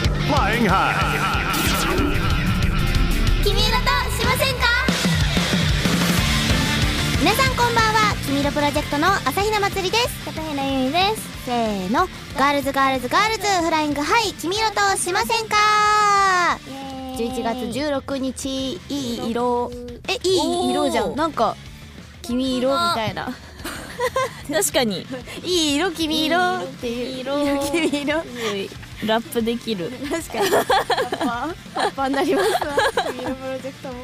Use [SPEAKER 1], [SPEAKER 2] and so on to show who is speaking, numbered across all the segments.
[SPEAKER 1] 崎杯
[SPEAKER 2] 君色としませんか皆さんこんばんは君色プロジェクトの朝比奈まつりです片平由美ですせーのガールズガールズガールズフライングハイ君色としませんか11月16日いい色えいい色じゃんなんか君色みたいな
[SPEAKER 3] 確かに
[SPEAKER 2] いい色君色っていう色君色
[SPEAKER 3] ラップできる
[SPEAKER 2] 確かにパッパになります
[SPEAKER 4] 君のプロジェクトも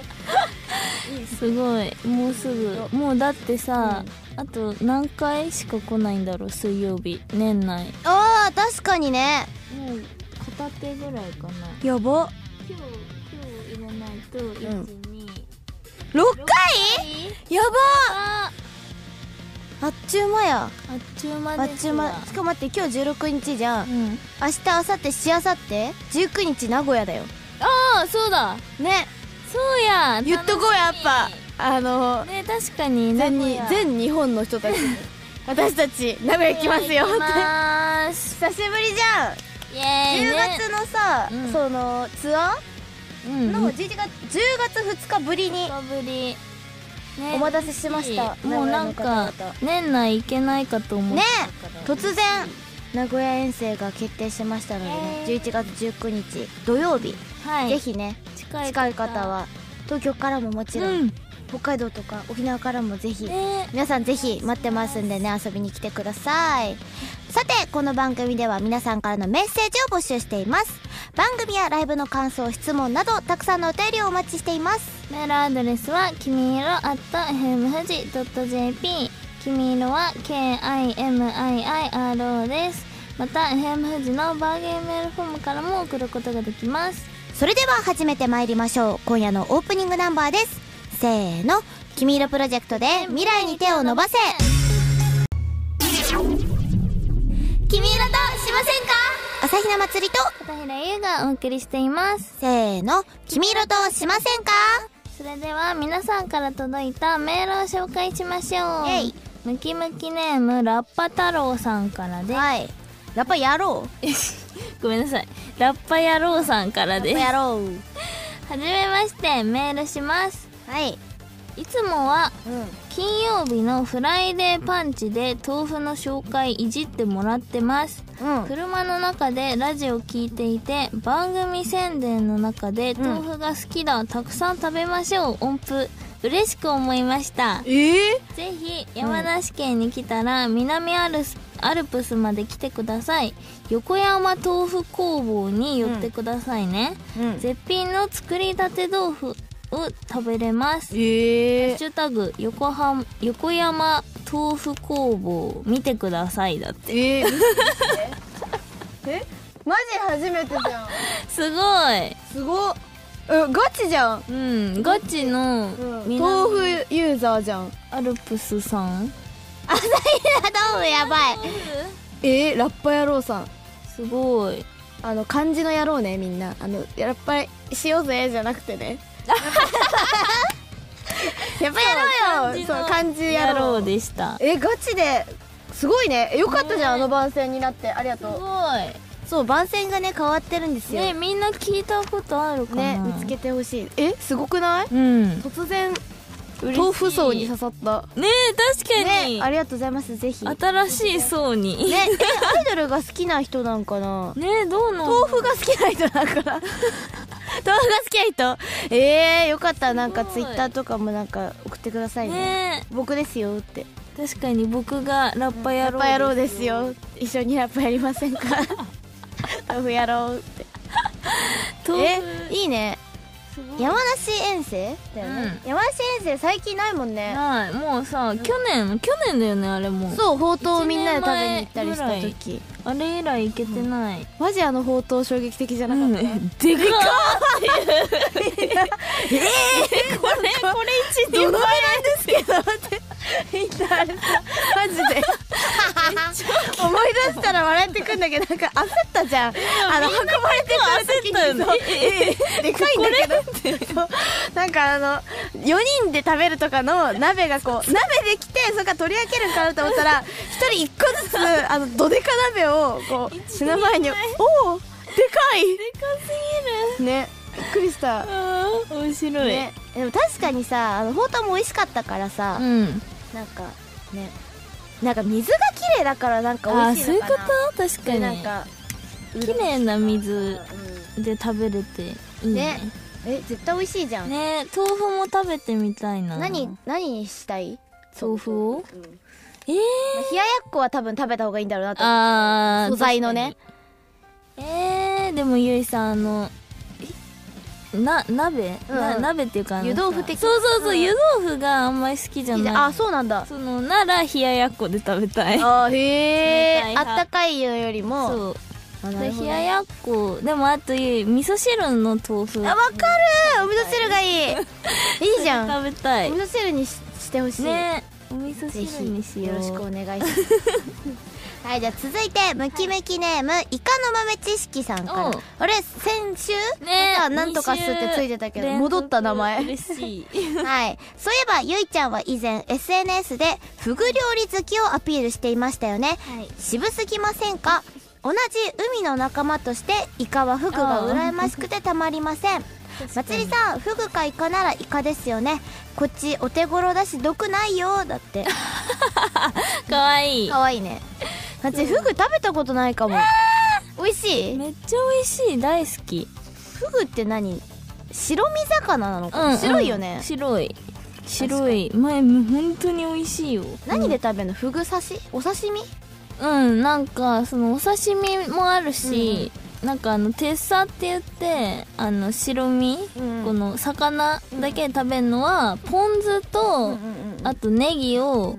[SPEAKER 3] すごいもうすぐもうだってさ、あと何回しか来ないんだろう水曜日年内
[SPEAKER 2] あー確かにね
[SPEAKER 3] もう片手ぐらいかな
[SPEAKER 2] やば
[SPEAKER 3] 今日今日入れないと一二、
[SPEAKER 2] 6回やばあっちゅう間や
[SPEAKER 3] あっちゅう間
[SPEAKER 2] あっ
[SPEAKER 3] です
[SPEAKER 2] ちゅう間しかも待って今日16日じゃん
[SPEAKER 3] うん
[SPEAKER 2] 明日明後日しあさって19日名古屋だよ
[SPEAKER 3] ああそうだ
[SPEAKER 2] ね
[SPEAKER 3] そうや
[SPEAKER 4] 言っとこうやっぱあの
[SPEAKER 3] ね確かに
[SPEAKER 4] 全に全日本の人たち に私たち名古屋来ますよっ
[SPEAKER 3] 行き
[SPEAKER 4] て
[SPEAKER 3] まーす
[SPEAKER 2] 久しぶりじゃん
[SPEAKER 3] イエーイ、
[SPEAKER 2] 10
[SPEAKER 3] ね、
[SPEAKER 2] 月のさ
[SPEAKER 3] うん
[SPEAKER 2] そのツアー
[SPEAKER 3] うん
[SPEAKER 2] の11月10月2日ぶりに
[SPEAKER 3] 久しぶりね
[SPEAKER 2] お待たせしました
[SPEAKER 3] もうなんか
[SPEAKER 2] 名古屋の方々
[SPEAKER 3] 年内行けないかと思って
[SPEAKER 2] ね突然名古屋遠征が決定しましたのでね11月19日土曜日
[SPEAKER 3] はい
[SPEAKER 2] ぜひね
[SPEAKER 3] 近
[SPEAKER 2] 近い方は東京からももちろん、
[SPEAKER 3] うん
[SPEAKER 2] 北海道とか沖縄からもぜひ、
[SPEAKER 3] ね
[SPEAKER 2] 皆さんぜひ待ってますんでね遊びに来てくださいさてこの番組では皆さんからのメッセージを募集しています番組やライブの感想質問などたくさんのお便りをお待ちしています
[SPEAKER 3] メールアドレスはきみいろ at fmfuji.jp きみいろは KIMIIRO ですまた FMFUJI のバーゲンメールフォームからも送ることができます
[SPEAKER 2] それでは始めてまいりましょう今夜のオープニングナンバーですせーの「君色プロジェクト」で未来に手を伸ばせ
[SPEAKER 3] 君色としませんか
[SPEAKER 2] 朝比奈まつりと
[SPEAKER 3] 片平優がお送りしています
[SPEAKER 2] せーの「君色としませんか?」
[SPEAKER 3] それでは皆さんから届いたメールを紹介しましょう
[SPEAKER 2] イェイ
[SPEAKER 3] ムキムキネームラッパ太郎さんからです
[SPEAKER 2] はいやっぱやろう
[SPEAKER 3] ごめんなさいラッパ野郎さんからですは
[SPEAKER 2] やろう
[SPEAKER 3] じめましてメールします
[SPEAKER 2] はい、
[SPEAKER 3] いつもは
[SPEAKER 2] うん、
[SPEAKER 3] 金曜日のフライデーパンチで豆腐の紹介いじってもらってます
[SPEAKER 2] うん
[SPEAKER 3] 車の中でラジオ聞いていて番組宣伝の中で豆腐が好きだ、たくさん食べましょう音符嬉しく思いました
[SPEAKER 4] ええ
[SPEAKER 3] ぜひ山梨県に来たら南アルスアルプスまで来てください横山豆腐工房に寄ってくださいね、
[SPEAKER 2] うん
[SPEAKER 3] 絶品の作りたて豆腐を食べれます
[SPEAKER 4] え
[SPEAKER 3] ハッシュタグ横浜横山豆腐工房見てくださいだって
[SPEAKER 4] え えマジ初めてじゃん
[SPEAKER 3] すごい
[SPEAKER 4] すごっえガチじゃん、
[SPEAKER 3] うんガチの南
[SPEAKER 4] 豆腐ユーザーじゃん
[SPEAKER 3] アルプスさん
[SPEAKER 2] ドームやばい
[SPEAKER 4] えー、ラッパ野郎さん
[SPEAKER 3] すごい
[SPEAKER 4] あの漢字の野郎ねみんなあのやっぱりしようぜじゃなくて ねやっぱやろうよそう漢字や
[SPEAKER 3] 野
[SPEAKER 4] ろ
[SPEAKER 3] 郎
[SPEAKER 4] う
[SPEAKER 3] でした
[SPEAKER 4] えガチですごいねえよかったじゃん、
[SPEAKER 3] ね
[SPEAKER 4] あの番宣になってありが
[SPEAKER 3] す
[SPEAKER 4] と
[SPEAKER 2] そう番宣がね変わってるんです
[SPEAKER 3] ごい
[SPEAKER 2] よ、
[SPEAKER 3] ねみんな聞いたことあるか
[SPEAKER 4] うね
[SPEAKER 3] な
[SPEAKER 4] 見つけてほしいえすごくない
[SPEAKER 3] うん
[SPEAKER 4] 突然
[SPEAKER 3] 嬉しい
[SPEAKER 4] 豆腐層に刺さった
[SPEAKER 3] ねえ確かに、
[SPEAKER 2] ねありがとうございますぜひね
[SPEAKER 3] 新しい層に
[SPEAKER 2] えアイドルが好きな人なんか な
[SPEAKER 3] ねえどうなの
[SPEAKER 4] 豆腐が好きな人だ から豆腐が好きな人え
[SPEAKER 2] えよかったらなんか
[SPEAKER 3] す
[SPEAKER 2] ツ
[SPEAKER 3] ご
[SPEAKER 2] イ
[SPEAKER 3] い
[SPEAKER 2] ッターとかもなんか送ってくださいね
[SPEAKER 3] ね
[SPEAKER 2] 僕ですよって
[SPEAKER 3] え確かに僕がラッパ
[SPEAKER 4] ラ
[SPEAKER 3] 野
[SPEAKER 4] ッ
[SPEAKER 3] 郎
[SPEAKER 4] パ野郎ですよ一緒にラッパやりませんか豆腐野郎って
[SPEAKER 3] 豆腐
[SPEAKER 2] えいいね山梨遠征だよね、山梨遠征最近ないもんね
[SPEAKER 3] ないもうさ去年去年だよねあれも
[SPEAKER 2] そうほうとうみんなで食べに行ったりした時
[SPEAKER 3] あれ以来行けてない、
[SPEAKER 4] マジあのほうとう衝撃的じゃな
[SPEAKER 3] う
[SPEAKER 4] か
[SPEAKER 3] ん、
[SPEAKER 4] っ
[SPEAKER 3] で
[SPEAKER 4] た、
[SPEAKER 3] かーっていうえー、これこれ一
[SPEAKER 4] どのぐらいですけどって みんなあれさマジで思い出したら笑ってくんだけどなんか焦ったじゃんあの運ばれてくる時に
[SPEAKER 3] 焦ったよね
[SPEAKER 4] そうでかいんだけどそうなんかあの4人で食べるとかの鍋がこう鍋できてそれから取り分けるんかなと思ったら1人1個ずつあのどでか鍋をこう目の前に「おお
[SPEAKER 5] か
[SPEAKER 3] でかすぎ
[SPEAKER 5] いねびっくりした
[SPEAKER 3] るあー面白い、
[SPEAKER 5] ね
[SPEAKER 4] でも確かにさあのほうとうも美味しかったからさ、
[SPEAKER 3] うん
[SPEAKER 4] なんかねなんか水が綺麗だからなんか
[SPEAKER 3] あ
[SPEAKER 4] 美
[SPEAKER 3] あ
[SPEAKER 4] 味しい
[SPEAKER 3] そうい
[SPEAKER 4] の
[SPEAKER 3] う
[SPEAKER 4] か
[SPEAKER 3] こ
[SPEAKER 4] な
[SPEAKER 3] と確か
[SPEAKER 4] で
[SPEAKER 3] に
[SPEAKER 4] なんか
[SPEAKER 3] 綺麗な水で食べれていいね
[SPEAKER 4] え絶対美味しいじゃん、
[SPEAKER 3] ね豆腐も食べてみたいな
[SPEAKER 4] 何何にしたい
[SPEAKER 3] 豆腐を
[SPEAKER 4] うん
[SPEAKER 3] え
[SPEAKER 4] 冷ややっこは多分食べた方がいいんだろうな
[SPEAKER 3] ー、
[SPEAKER 4] と思う
[SPEAKER 3] あー
[SPEAKER 4] 素材のね
[SPEAKER 3] 確かにえー、でもゆいさんあのえな鍋、
[SPEAKER 4] うん
[SPEAKER 3] な鍋っていうかなんか
[SPEAKER 4] 湯豆腐的
[SPEAKER 3] そうそうそう、
[SPEAKER 4] うん
[SPEAKER 3] 湯豆腐があんまり好きじゃない
[SPEAKER 4] あそうなんだ
[SPEAKER 3] そのなら冷ややっこで食べたい
[SPEAKER 4] あへえ
[SPEAKER 3] 冷たい
[SPEAKER 4] あっ
[SPEAKER 3] 派
[SPEAKER 4] たかいのよりも
[SPEAKER 3] そう
[SPEAKER 4] あな
[SPEAKER 3] で
[SPEAKER 4] るほど
[SPEAKER 3] 冷ややっこでもあとゆい味噌汁の豆腐
[SPEAKER 4] あわかるお味噌汁がいいいいじゃん
[SPEAKER 3] 食べた
[SPEAKER 4] お
[SPEAKER 3] い
[SPEAKER 4] 味噌汁にししてほしい
[SPEAKER 3] ねお味噌
[SPEAKER 4] ぜ
[SPEAKER 3] 汁にし
[SPEAKER 4] ひ
[SPEAKER 3] よ
[SPEAKER 4] よ
[SPEAKER 3] う
[SPEAKER 4] ろしくお願いしますはいじゃあ続いてムキムキネーム、イカの豆知識さんか
[SPEAKER 3] お
[SPEAKER 4] ら
[SPEAKER 3] う
[SPEAKER 4] あれ先週
[SPEAKER 3] ね
[SPEAKER 4] さなんとかすってついてたけど戻った名前はい
[SPEAKER 3] 嬉しい
[SPEAKER 4] そういえばゆいちゃんは以前 SNS でフグ料理好きをアピールしていましたよね渋すぎませんか同じ海の仲間としてイカはフグが羨ましくてたまりませんまつりさんフグかイカならイカですよねこっちお手頃だし毒ないよだ って
[SPEAKER 3] かわいい
[SPEAKER 4] 可愛いねだってフグ食べたことないかも美味しい
[SPEAKER 3] めっちゃ美味しい大好き
[SPEAKER 4] フグって何白身魚なのかな、
[SPEAKER 3] うん
[SPEAKER 4] 白いよね、
[SPEAKER 3] 白い白い前も本当に美味しいよ
[SPEAKER 4] 何で食べるのフグ刺しお刺身
[SPEAKER 3] うんなんかそのお刺身もあるし、なんかあのテッサって言ってあの白身、
[SPEAKER 4] うん
[SPEAKER 3] この魚だけで食べるのはポン酢と、あとネギを、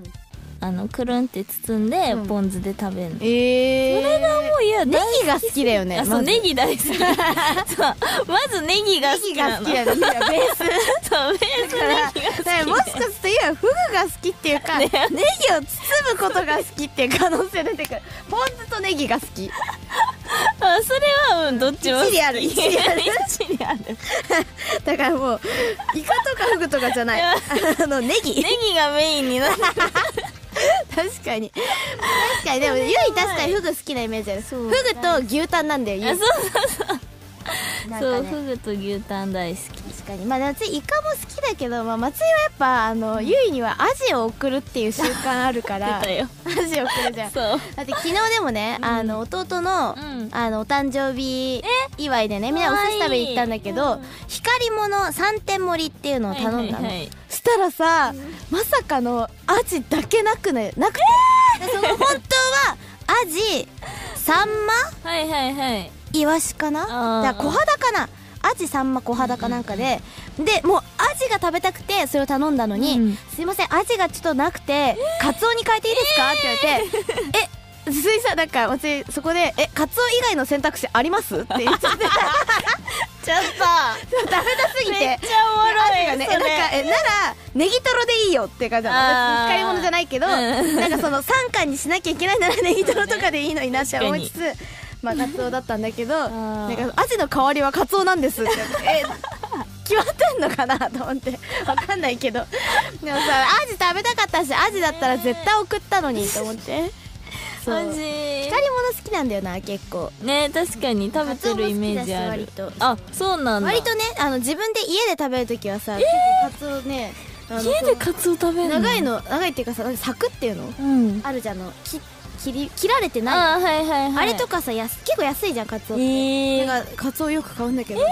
[SPEAKER 3] あのくるんって包んで、
[SPEAKER 4] うん
[SPEAKER 3] ポン酢で食べるの、
[SPEAKER 4] ええ
[SPEAKER 3] それがもういや
[SPEAKER 4] ネ
[SPEAKER 3] 大好
[SPEAKER 4] ギが好きだよ
[SPEAKER 3] き
[SPEAKER 4] ね
[SPEAKER 3] あそう
[SPEAKER 4] まず
[SPEAKER 3] ネギ大 好きそうまずネギが好き
[SPEAKER 4] ネギ
[SPEAKER 3] な
[SPEAKER 4] が
[SPEAKER 3] の
[SPEAKER 4] 好きだよねベース
[SPEAKER 3] そうベースネギが好
[SPEAKER 4] だ
[SPEAKER 3] き
[SPEAKER 4] からもしかすると今フグが好きっていうか、ネギを包むことが好きっていう可能性出てくるポン酢とネギが好き
[SPEAKER 3] あそれはうんどっちも好き
[SPEAKER 4] 一理ある 一理ある
[SPEAKER 3] 一理あるネ
[SPEAKER 4] だからもうイカとかフグとかじゃないあのネギ
[SPEAKER 3] ギがメインになってる
[SPEAKER 4] 確かに確かにでもゆい確かにフグ好きなイメージあるフグと牛タンなんだよゆい
[SPEAKER 3] あそう
[SPEAKER 4] なん
[SPEAKER 3] そ
[SPEAKER 4] か
[SPEAKER 3] う
[SPEAKER 4] ね
[SPEAKER 3] フグと牛タン大好き
[SPEAKER 4] 確かにまあ夏イカも好きだけど、まあ、松井はやっぱあの、ゆいにはアジを送るっていう習慣あるか ら
[SPEAKER 3] だよ
[SPEAKER 4] アジを送るじゃん
[SPEAKER 3] そう
[SPEAKER 4] だって昨日でもね、あの弟の,、
[SPEAKER 3] うん
[SPEAKER 4] あのお誕生日祝いでねみんなお寿司食べに行ったんだけ
[SPEAKER 3] か
[SPEAKER 4] ど、
[SPEAKER 3] わいい
[SPEAKER 4] 光り物3点盛りっていうのを頼んだの、
[SPEAKER 3] はいはいはい
[SPEAKER 4] したらさ、まさかのアジだけなくねなくて、 でその本当はアジサンマ
[SPEAKER 3] はいはいはい
[SPEAKER 4] イワシか
[SPEAKER 3] あ
[SPEAKER 4] な
[SPEAKER 3] ー
[SPEAKER 4] だから小肌かなアジサンマ小肌かなんかで、でもうアジが食べたくてそれを頼んだのに、
[SPEAKER 3] うん
[SPEAKER 4] すいませんアジがちょっとなくてカツオに変えていいですか、って言われてえ水産なんか私そこで「えカツオ以外の選択肢あります?」って言っちゃって
[SPEAKER 3] ちょっと
[SPEAKER 4] 食べたすぎて
[SPEAKER 3] めっちゃおもろい
[SPEAKER 4] がね、え
[SPEAKER 3] そ
[SPEAKER 4] な
[SPEAKER 3] れ
[SPEAKER 4] んかえならネギトロでいいよって感じなの
[SPEAKER 3] あ
[SPEAKER 4] 別
[SPEAKER 3] ー
[SPEAKER 4] に使い物じゃないけど、
[SPEAKER 3] うん
[SPEAKER 4] なんかその三巻にしなきゃいけないならネギトロとかでいいのになって思いつつ、まあカツオだったんだけどな
[SPEAKER 3] ー
[SPEAKER 4] んかアジの代わりはカツオなんですってえ 決まってんのかなと思ってわかんないけどでもさアジ食べたかったしアジだったら絶対送ったのにと思ってそう
[SPEAKER 3] 感じ
[SPEAKER 4] 光り物好きなんだよな結構
[SPEAKER 3] ね確かに食べてるイメージある
[SPEAKER 4] カツオも好きだし割と
[SPEAKER 3] あそうなんだ
[SPEAKER 4] 割とねあの自分で家で食べるときはさ、結構カツオねあの
[SPEAKER 3] 家でカツオ食べるの
[SPEAKER 4] 長いの長いっていうかさなんか柵っていうの
[SPEAKER 3] うん
[SPEAKER 4] あるじゃんあのき切り切られてない
[SPEAKER 3] あーはいはい
[SPEAKER 4] あ
[SPEAKER 3] はい
[SPEAKER 4] れとかさやす結構安いじゃんカツオ
[SPEAKER 3] え
[SPEAKER 4] って、
[SPEAKER 3] ー
[SPEAKER 4] なんかカツオよく買うんだけど、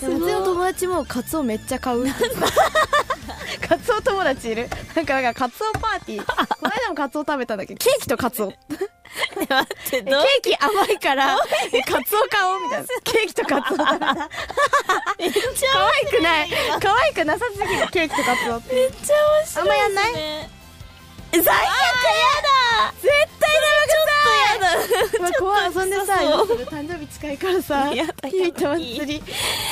[SPEAKER 3] すごい
[SPEAKER 4] でもうちの友達もカツオめっちゃ 買うって言ってたカツオ友達いるなんかなんかカツオパーティーこの間もカツオ食べたんだけどケーキとカツオ
[SPEAKER 3] 待っ
[SPEAKER 4] ケ
[SPEAKER 3] てどう
[SPEAKER 4] ーキ甘い からえカツオ買おうみたいな ケーキとカツオ食べた
[SPEAKER 3] めっち
[SPEAKER 4] 可愛くない可愛くなさすぎるケーキとカツオって
[SPEAKER 3] めっちゃ面白いですね
[SPEAKER 4] あんまやんない最悪やだ絶対ダメちょっとやだまあ怖い遊んでさ
[SPEAKER 3] そう
[SPEAKER 4] 今すぐ誕生日近いから さ
[SPEAKER 3] やだ
[SPEAKER 4] ゆいと祭り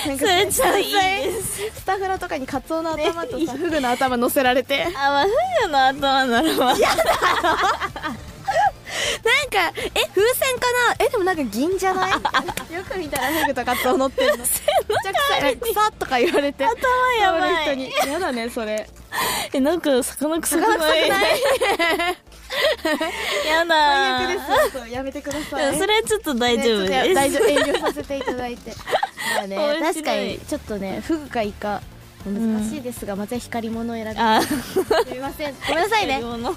[SPEAKER 4] なん
[SPEAKER 3] それちょっといいで
[SPEAKER 4] スタフラとかにカツオの頭とさフグの頭乗せられて
[SPEAKER 3] あまあフグの頭ならば
[SPEAKER 4] なんかえ風船かなえでもなんか銀じゃない よく見たらフグとカツオ乗ってんのめっちゃ臭い臭っとか言われて頭
[SPEAKER 3] やばい
[SPEAKER 4] 人にやだねそれ
[SPEAKER 3] えなんか魚臭く
[SPEAKER 4] 臭く
[SPEAKER 3] ない
[SPEAKER 4] ない
[SPEAKER 3] やだ
[SPEAKER 4] 最悪ですそうやめてください
[SPEAKER 3] それはちょっと大
[SPEAKER 4] ね
[SPEAKER 3] 丈
[SPEAKER 4] ちょっ
[SPEAKER 3] 夫
[SPEAKER 4] と
[SPEAKER 3] です。
[SPEAKER 4] や大丈夫遠慮させていただいて まあね
[SPEAKER 3] 面白い
[SPEAKER 4] 確かにちょっとねフグかイカ難しいですが、また光り物を選び
[SPEAKER 3] あ、
[SPEAKER 4] すみませんごめんなさいね
[SPEAKER 3] 買い物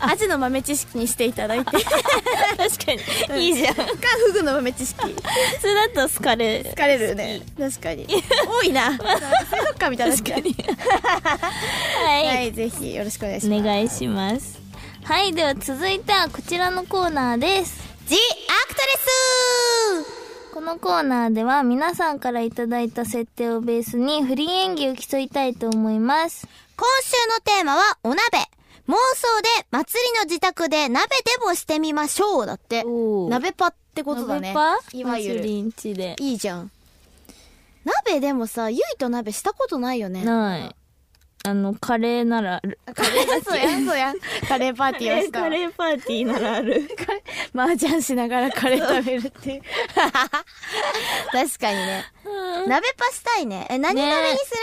[SPEAKER 4] アジの豆知識にしていただいてか
[SPEAKER 3] 確かにいいじゃん。
[SPEAKER 4] フグの豆知識
[SPEAKER 3] それだと好かれ。
[SPEAKER 4] 疲れるね確かに多いな水族館みたいな
[SPEAKER 3] 確かに。
[SPEAKER 4] は
[SPEAKER 3] はい。
[SPEAKER 4] いぜひよろしくお願いし
[SPEAKER 3] お
[SPEAKER 4] ます
[SPEAKER 3] 願いします。はい、では続いてはこちらのコーナーです。
[SPEAKER 2] ジ・アクトレス
[SPEAKER 3] このコーナーでは皆さんからいただいた設定をベースに不倫演技を競いたいと思います。
[SPEAKER 2] 今週のテーマはお鍋。妄想で祭りの自宅で鍋でもしてみましょう。だって。
[SPEAKER 3] おー
[SPEAKER 2] 鍋パってことだね。
[SPEAKER 3] ナベパ
[SPEAKER 4] いわゆる
[SPEAKER 3] マスリンチで。
[SPEAKER 4] いいじゃん鍋でもさゆいと鍋したことないよね
[SPEAKER 3] ない。あの、カレーならある。
[SPEAKER 4] カレーそうやんそうやん カレーパーティーをした
[SPEAKER 3] カレーパーティーなら ある。
[SPEAKER 4] マージャンしながらカレー食べるっていう
[SPEAKER 2] 確かにね。鍋パしたいね。え、何
[SPEAKER 3] ね
[SPEAKER 2] 鍋にする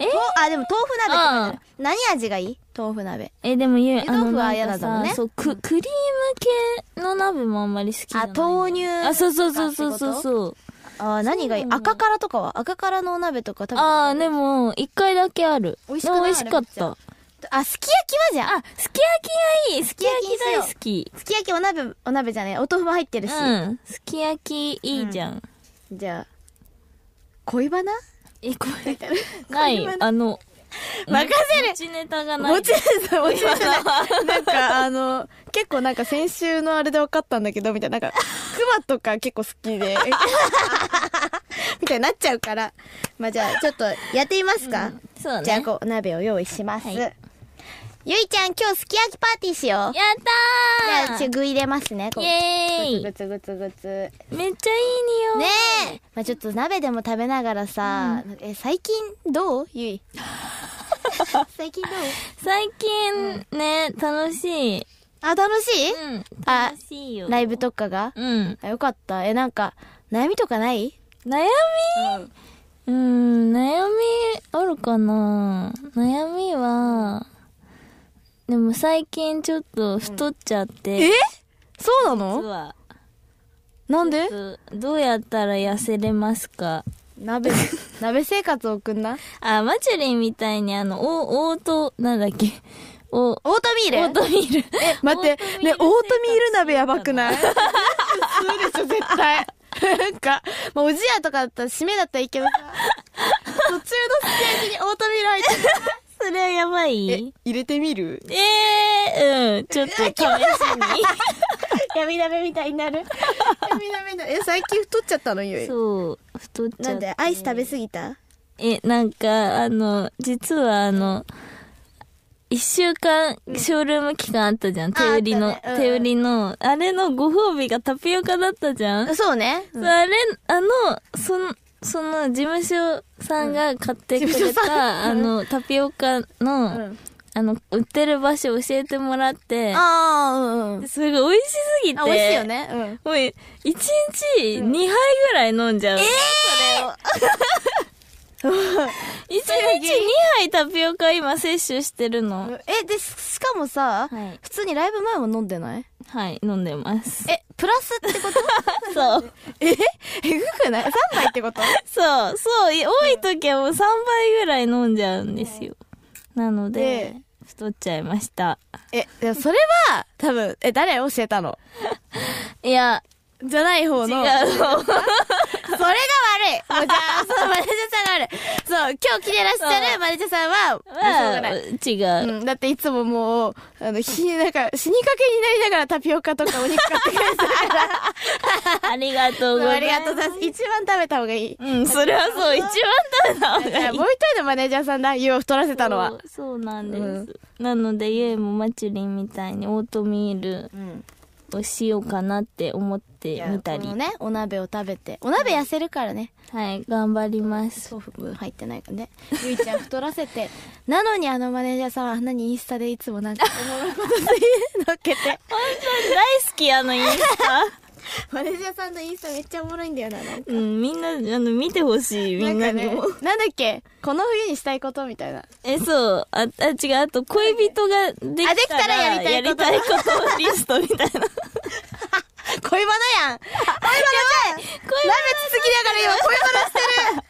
[SPEAKER 3] え
[SPEAKER 2] とあ、でも豆腐鍋ってことだね。何味がいい
[SPEAKER 4] 豆腐鍋
[SPEAKER 3] え、でもゆう、
[SPEAKER 2] 湯
[SPEAKER 3] あの、
[SPEAKER 2] 豆腐は
[SPEAKER 3] なん
[SPEAKER 2] 嫌
[SPEAKER 3] か
[SPEAKER 2] だ
[SPEAKER 3] さ
[SPEAKER 2] もんね
[SPEAKER 3] そう、く、クリーム系の鍋もあんまり好きじゃ
[SPEAKER 2] あ
[SPEAKER 3] ない。、
[SPEAKER 2] 豆乳。
[SPEAKER 3] あ、そうそうそうそうそうそう。
[SPEAKER 2] あ、何がいい
[SPEAKER 3] そうなの
[SPEAKER 2] 赤からとかは赤からのお鍋とか多分。
[SPEAKER 3] あー、でも、一回だけある。
[SPEAKER 4] 美味しくない
[SPEAKER 3] でも美味しかった。
[SPEAKER 2] あ、すき焼きはじゃん。
[SPEAKER 3] あ、すき焼きがいいすき焼き大好き。
[SPEAKER 4] すき焼きお鍋お鍋じゃねえお豆腐も入ってるし、
[SPEAKER 3] うん。すき焼きいいじゃん。
[SPEAKER 4] じゃあ恋バナ
[SPEAKER 3] え、これ、ない。あの、
[SPEAKER 4] 任せる
[SPEAKER 3] 持ちネタがない。
[SPEAKER 4] もちろん、もちろん。なんか、あの、結構なんか先週のあれで分かったんだけど、みたいな、なんか、クマとか結構好き で、みたいになっちゃうから。まあじゃあ、ちょっとやってみますか。
[SPEAKER 3] そうね。
[SPEAKER 4] じゃあ、こう、鍋を用意します。
[SPEAKER 3] はい
[SPEAKER 2] ゆいちゃん、今日すき焼きパーティーしよう。
[SPEAKER 3] や
[SPEAKER 2] じゃ
[SPEAKER 3] った
[SPEAKER 2] あ、
[SPEAKER 3] ー
[SPEAKER 2] ちょ具入れますね。こう
[SPEAKER 3] イ
[SPEAKER 2] ね
[SPEAKER 3] エー
[SPEAKER 4] ぐ
[SPEAKER 3] イ
[SPEAKER 4] つぐつぐつ。
[SPEAKER 3] めっちゃいい匂い。
[SPEAKER 2] え。まあちょっと鍋でも食べながらさ、なんかえ、最近どう ゆい。最近どう
[SPEAKER 3] 最近、ね、楽しい。
[SPEAKER 2] あ、楽しい
[SPEAKER 3] うん。
[SPEAKER 2] あ
[SPEAKER 3] 楽しいよ。
[SPEAKER 2] ライブとかが
[SPEAKER 3] うん。
[SPEAKER 2] あよかった。え、なんか、悩みとかない
[SPEAKER 3] 悩みうーん、悩みあるかな悩みは、でも最近ちょっと太っちゃって、
[SPEAKER 4] そうな
[SPEAKER 3] 実
[SPEAKER 4] の
[SPEAKER 3] は、
[SPEAKER 4] なんで
[SPEAKER 3] どうやったら痩せれますか
[SPEAKER 4] 鍋、鍋生活を送んな。
[SPEAKER 3] あ、マチュリンみたいにあの、お、オート、なんだっけ、お、オー
[SPEAKER 2] オートミール
[SPEAKER 3] トミール。え、
[SPEAKER 4] 待って、ね、オートミール鍋やばくない普通でしょ、絶対。なんか、まあ、おじやとかだったら、締めだったらいいけどさ、 途中のステージにオートミール入ってる
[SPEAKER 3] それはやば
[SPEAKER 4] え
[SPEAKER 3] い、
[SPEAKER 4] 入れてみる
[SPEAKER 3] えー、うん、ちょっと試し
[SPEAKER 4] 闇鍋みたいになる。闇鍋になる。え、最近太っちゃったのゆ
[SPEAKER 3] に。
[SPEAKER 4] い。
[SPEAKER 3] そう、太っちゃって。
[SPEAKER 4] なんで、アイス食べ過ぎた
[SPEAKER 3] え、なんか、あの、実はあの、一週間、ショールーム期間あったじゃん。手売りの、
[SPEAKER 4] あったねうん
[SPEAKER 3] 手売りの、あれのご褒美がタピオカだったじゃん。
[SPEAKER 4] そうね。
[SPEAKER 3] そうあれ、あの、その、その、事務所さんが買ってく
[SPEAKER 4] 事務
[SPEAKER 3] れ
[SPEAKER 4] 所
[SPEAKER 3] た、あの、タピオカの、
[SPEAKER 4] うん
[SPEAKER 3] あの、売ってる場所教えてもらって、
[SPEAKER 4] ああ、うんうん。
[SPEAKER 3] すごい美味しすぎて。
[SPEAKER 4] あ、美味しいよ。ね。うん。
[SPEAKER 3] もう、一日2杯ぐらい飲んじゃう。一日2杯タピオカ今摂取してるの。
[SPEAKER 4] え、で、しかもさ、
[SPEAKER 3] はい。
[SPEAKER 4] 普通にライブ前も飲んでない
[SPEAKER 3] はい、飲ん でます。
[SPEAKER 2] え、プラスってこと
[SPEAKER 3] そう。
[SPEAKER 4] え ぐくない ?3 杯ってこと
[SPEAKER 3] そう、そう、い多い時はもう3杯ぐらい飲んじゃうんですよ。なので
[SPEAKER 4] で、
[SPEAKER 3] 太っちゃいました。
[SPEAKER 4] え、でもそれは、多分、え、誰教えたの
[SPEAKER 3] いや、
[SPEAKER 4] じゃない方
[SPEAKER 3] 違う
[SPEAKER 4] の。
[SPEAKER 3] の。
[SPEAKER 4] それが悪いもうじゃあ、そのマネージャーさんが悪い。そう、今日来てらっしゃ
[SPEAKER 3] そう
[SPEAKER 4] るマネージャーさんは、もうしょうが
[SPEAKER 3] まあ、
[SPEAKER 4] ない。
[SPEAKER 3] 違う。
[SPEAKER 4] うん、だっていつももう、あの、ひ、なんか、死にかけになりながらタピオカとかお肉買ってくれてるから。
[SPEAKER 3] ありがと
[SPEAKER 4] そ
[SPEAKER 3] うご
[SPEAKER 4] う
[SPEAKER 3] ざ
[SPEAKER 4] あ
[SPEAKER 3] い
[SPEAKER 4] り
[SPEAKER 3] ます。
[SPEAKER 4] がとうございます。一番食べた方がいい。
[SPEAKER 3] うん、それはそう、一番食べた方がいい
[SPEAKER 4] もう一人のマネージャーさんだ、湯を太らせたのは。
[SPEAKER 3] そうそうなんです、
[SPEAKER 4] うん
[SPEAKER 3] なのでゆえもまちりんみたいにオートミール
[SPEAKER 4] うん。
[SPEAKER 3] をしようかなって思ってみたり
[SPEAKER 4] このね、お鍋を食べて。お鍋痩せるからね。
[SPEAKER 3] はい頑張ります
[SPEAKER 4] 豆腐分入ってないからね。ゆいちゃん太らせて。なのにあのマネージャーさんは、何インスタでいつもなんか、おもろいことすげえ乗っけて。
[SPEAKER 3] 大好きあのインスタ
[SPEAKER 4] マネージャーさんのインスタめっちゃおもろいんだよななんか
[SPEAKER 3] うん、みんな、あの、見てほしい、みんなに
[SPEAKER 4] ん
[SPEAKER 3] も
[SPEAKER 4] か。ねなんだっけこの冬にしたいことみたいな
[SPEAKER 3] え、そう。あ、あ、違う。あと、恋人ができたら、
[SPEAKER 4] あできたらやりたいこと
[SPEAKER 3] やりたいことリスト みたいな。恋
[SPEAKER 4] 恋バナやん恋バナやばい
[SPEAKER 3] バ
[SPEAKER 4] つつきながら今恋バナしてる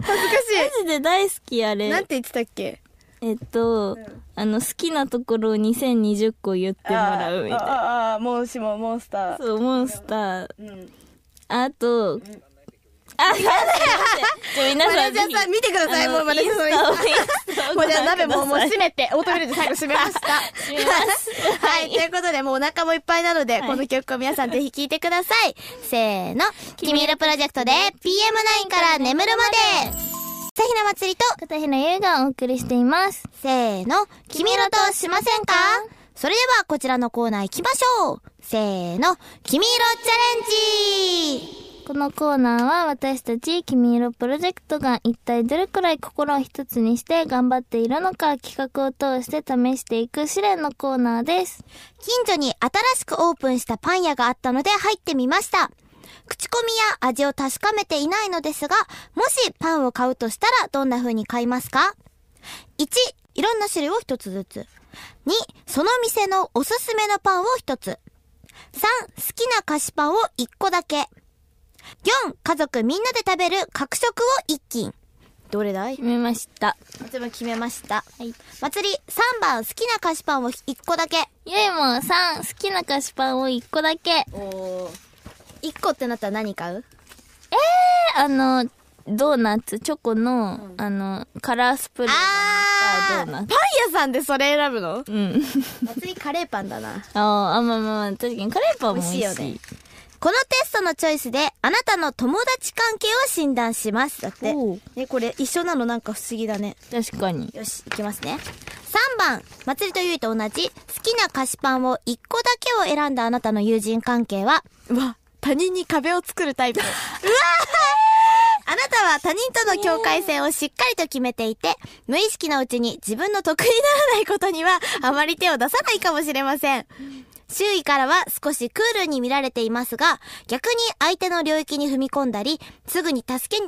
[SPEAKER 4] 恥ずか
[SPEAKER 3] ナ
[SPEAKER 4] し
[SPEAKER 3] マジで大好き、あ
[SPEAKER 4] い
[SPEAKER 3] れ
[SPEAKER 4] なん。て言ってたっけ
[SPEAKER 3] えっと、あの、好きなところを2020個言ってもらうみたい
[SPEAKER 4] あ
[SPEAKER 3] な。
[SPEAKER 4] あああもうしもモンスター
[SPEAKER 3] そう、モンスター。
[SPEAKER 4] うん
[SPEAKER 3] あと、あ、すいません。じゃあ皆
[SPEAKER 4] マネ
[SPEAKER 3] さ
[SPEAKER 4] ー
[SPEAKER 3] ん、
[SPEAKER 4] ジャーさん見てくださいもうマネー
[SPEAKER 3] イ
[SPEAKER 4] ジ
[SPEAKER 3] ン
[SPEAKER 4] ャーさんの
[SPEAKER 3] スタ
[SPEAKER 4] イ
[SPEAKER 3] を
[SPEAKER 4] ンスタ
[SPEAKER 3] インスタを
[SPEAKER 4] もうじゃあ鍋もうもう
[SPEAKER 3] ご
[SPEAKER 4] 閉
[SPEAKER 3] 覧ください
[SPEAKER 4] めてオートミールで最後閉めました
[SPEAKER 3] 閉めます。
[SPEAKER 4] はい、ということでもうお腹もいっぱいなので、この曲を皆さんぜひ聴いてください
[SPEAKER 2] せーの「君色プロジェクト」で PM9 から眠るまで朝日奈まつりと
[SPEAKER 3] 片平優がお送りしています。
[SPEAKER 2] せーの「君色としませんか?」それではこちらのコーナー行きましょうせーの「君色チャレンジ」
[SPEAKER 3] このコーナーは私たち君色プロジェクトが一体どれくらい心を一つにして頑張っているのか企画を通して試していく試練のコーナーです。
[SPEAKER 2] 近所に新しくオープンしたパン屋があったので入ってみました。口コミや味を確かめていないのですが、もしパンを買うとしたらどんな風に買いますか ?1、いろんな種類を1つずつ。2、その店のおすすめのパンを1つ。3、好きな菓子パンを1個だけ。4、家族みんなで食べる各食を1斤。どれだい
[SPEAKER 3] 決めました。
[SPEAKER 2] 私も決めました。
[SPEAKER 3] はい。
[SPEAKER 2] 祭り3番好きな菓子パンを1個だけ。
[SPEAKER 3] ゆいもんさん、好きな菓子パンを1個だけ。え
[SPEAKER 4] お
[SPEAKER 2] 一個ってなったら何買う
[SPEAKER 3] あの、ドーナツ、チョコの、あの、カラースプレーが
[SPEAKER 2] あ
[SPEAKER 3] ドーナツ。
[SPEAKER 4] パン屋さんでそれ選ぶの
[SPEAKER 3] うん。
[SPEAKER 2] 祭りカレーパンだな。
[SPEAKER 3] ああ、あまあまあ、確かにカレーパンも美味しい。
[SPEAKER 2] 美味しいよねこのテストのチョイスで、あなたの友達関係を診断します。だって
[SPEAKER 3] おう。
[SPEAKER 2] え、これ一緒なのなんか不思議だね。
[SPEAKER 3] 確かに。
[SPEAKER 2] よし、いきますね。3番、祭りとゆいと同じ、好きな菓子パンを1個だけを選んだあなたの友人関係は、
[SPEAKER 4] うわ他人に壁を作るタ イプ
[SPEAKER 2] あなたは他人との境界線をしっかりと決めていて、無意識のうちに自分の得意にならないことにはあまり手を出さないかもしれません。周囲からは少しクールに見られていますが、逆に相手の領域に踏み込んだり、すぐに助け、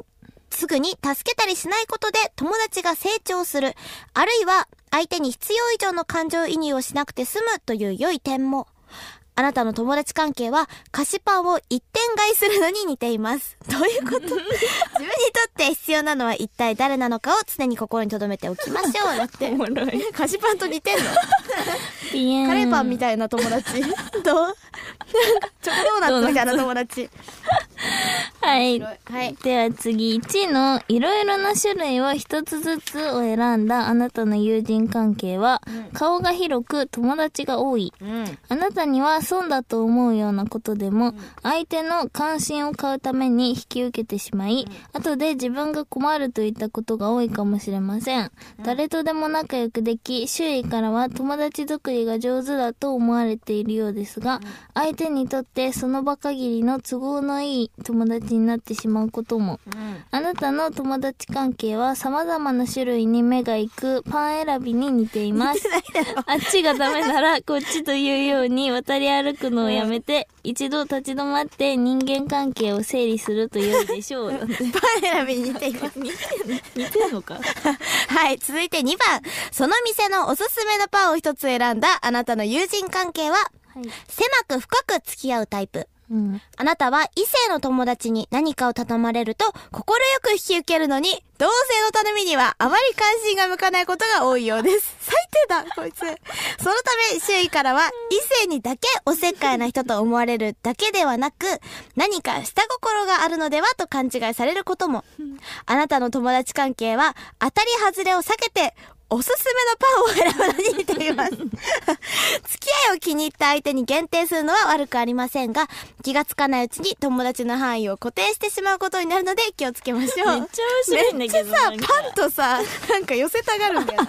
[SPEAKER 2] すぐに助けたりしないことで友達が成長する。あるいは相手に必要以上の感情移入をしなくて済むという良い点も。あなたの友達関係は菓子パンを一点買いするのに似ています。 どういうこと自分にとって必要なのは一体誰なのかを常に心に留めておきましょう。 だって。
[SPEAKER 3] おもろい。
[SPEAKER 4] 菓子パンと似てんの
[SPEAKER 3] ピエン。
[SPEAKER 4] カレーパンみたいな友達 どうチョコドーナツみたいな友達
[SPEAKER 3] はい。
[SPEAKER 4] はい
[SPEAKER 3] では次、1のいろいろな種類を一つずつを選んだあなたの友人関係は、顔が広く友達が多い。
[SPEAKER 4] うん
[SPEAKER 3] あなたには損だと思うようなことでも、相手の関心を買うために引き受けてしまい、後で自分が困るといったことが多いかもしれません。誰とでも仲良くでき、周囲からは友達作りが上手だと思われているようですが、相手にとってその場限りの都合のいい友達になってしまうことも。あなたの友達関係は様々な種類に目が行くパン選びに似ています。あっちがダメならこっちというように渡り歩くのをやめて、一度立ち止まって人間関係を整理すると良いでしょう。
[SPEAKER 4] パン選びに似ています
[SPEAKER 3] 似てるのか
[SPEAKER 2] はい、続いて2番。その店のおすすめのパンを一つ選んだあなたの友人関係は、
[SPEAKER 3] はい。
[SPEAKER 2] 狭く深く付き合うタイプ。
[SPEAKER 3] うん。
[SPEAKER 2] あなたは異性の友達に何かを頼まれると快く引き受けるのに、同性の頼みにはあまり関心が向かないことが多いようです。 最低だ、こいつ。そのため周囲からは異性にだけおせっかいな人と思われるだけではなく、何か下心があるのではと勘違いされることも。あなたの友達関係は当たり外れを避けて、おすすめのパンを選ぶのに似ています。付き合いを気に入った相手に限定するのは悪くありませんが、気がつかないうちに友達の範囲を固定してしまうことになるので気をつけましょう。
[SPEAKER 3] めっちゃ面白いんだけど。
[SPEAKER 4] さ
[SPEAKER 3] なんか
[SPEAKER 4] パンとさなんか寄せたがるんだよ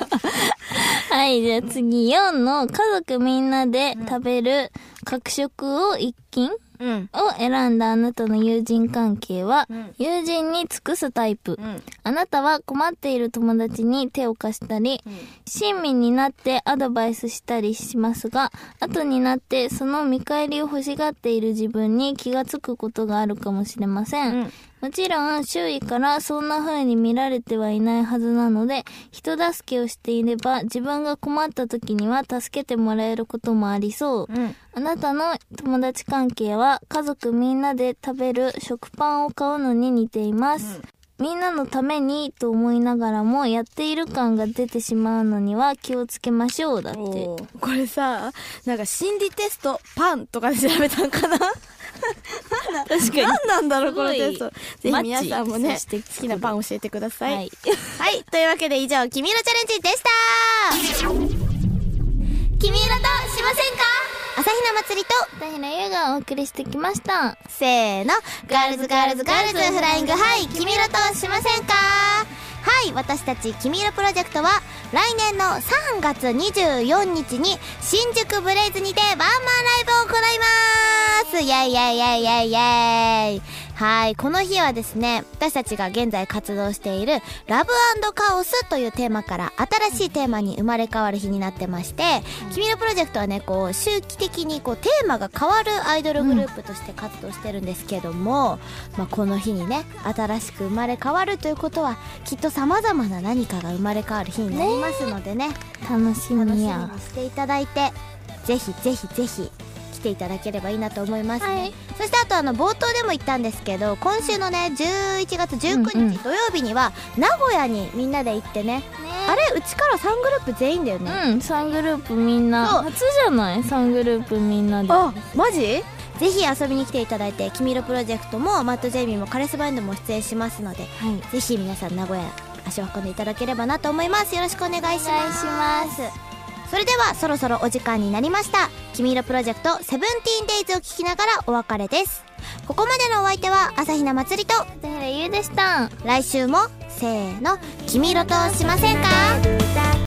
[SPEAKER 4] な
[SPEAKER 3] はい、じゃあ次4の家族みんなで食べる各食を一斤
[SPEAKER 4] うん。
[SPEAKER 3] を選んだあなたの友人関係は、
[SPEAKER 4] うん
[SPEAKER 3] 友人に尽くすタイプ、
[SPEAKER 4] うん。
[SPEAKER 3] あなたは困っている友達に手を貸したり、親身になってアドバイスしたりしますが、後になってその見返りを欲しがっている自分に気がつくことがあるかもしれません。
[SPEAKER 4] うん
[SPEAKER 3] もちろん周囲からそんな風に見られてはいないはずなので、人助けをしていれば自分が困った時には助けてもらえることもありそう。
[SPEAKER 4] うん。
[SPEAKER 3] あなたの友達関係は家族みんなで食べる食パンを買うのに似ています。みんなのためにと思いながらもやっている感が出てしまうのには気をつけましょうだって。
[SPEAKER 4] おーこれさ、なんか心理テストパンとかで調べたんかな
[SPEAKER 3] 確かに。
[SPEAKER 4] 何なんだろう、
[SPEAKER 3] す
[SPEAKER 4] この
[SPEAKER 3] ごい
[SPEAKER 4] テスト。ぜひ皆さんも
[SPEAKER 3] マ
[SPEAKER 4] ね
[SPEAKER 3] ッ、チ
[SPEAKER 4] 好きなパン教えてください。
[SPEAKER 3] はい。
[SPEAKER 2] はい、というわけで以上、君色チャレンジでした 君色としませんか朝比奈祭りと、
[SPEAKER 3] 田平優がお送りしてきました。
[SPEAKER 2] せーの、ガールズガールズガールズフライングハイ、君色としませんかはい、私たち君色プロジェクトは、来年の3月24日に、新宿ブレイズにてワンマンライブを行いますイェイイェイイェイイェイイェイはい、この日はですね、私たちが現在活動している、ラブカオスというテーマから、新しいテーマに生まれ変わる日になってまして、君のプロジェクトはね、こう、周期的にこう、テーマが変わるアイドルグループとして活動してるんですけども、まあ、この日にね、新しく生まれ変わるということは、きっと様々な何かが生まれ変わる日になりますのでね
[SPEAKER 3] 楽し
[SPEAKER 2] 楽し
[SPEAKER 3] み
[SPEAKER 2] みに
[SPEAKER 3] や。
[SPEAKER 2] していただいてぜひぜひぜひ来ていただければいいなと思います、ね
[SPEAKER 3] はい
[SPEAKER 2] そしてあとあの冒頭でも言ったんですけど今週のね11月19
[SPEAKER 3] うんうん
[SPEAKER 2] 日土曜日には名古屋にみんなで行ってね、あれうちから3グループ全員だよね、
[SPEAKER 3] うん、3グループみんな。
[SPEAKER 2] そう
[SPEAKER 3] 初じゃない ?3 グループみんなで。
[SPEAKER 4] あ、マジ
[SPEAKER 2] ぜひ遊びに来ていただいて「君色プロジェクト」もマット・ジェイミーもカレスバンドも出演しますので
[SPEAKER 3] はい。
[SPEAKER 2] ぜひ皆さん名古屋足を運んでいただければなと思いますよろしくお願いします
[SPEAKER 3] お願いし
[SPEAKER 2] それではそろそろお時間になりました君色プロジェクトセブンティーンデイズを聞きながらお別れですここまでのお相手は朝比奈まつりと
[SPEAKER 3] 田平優でした。
[SPEAKER 2] 来週もせーの君色としませんか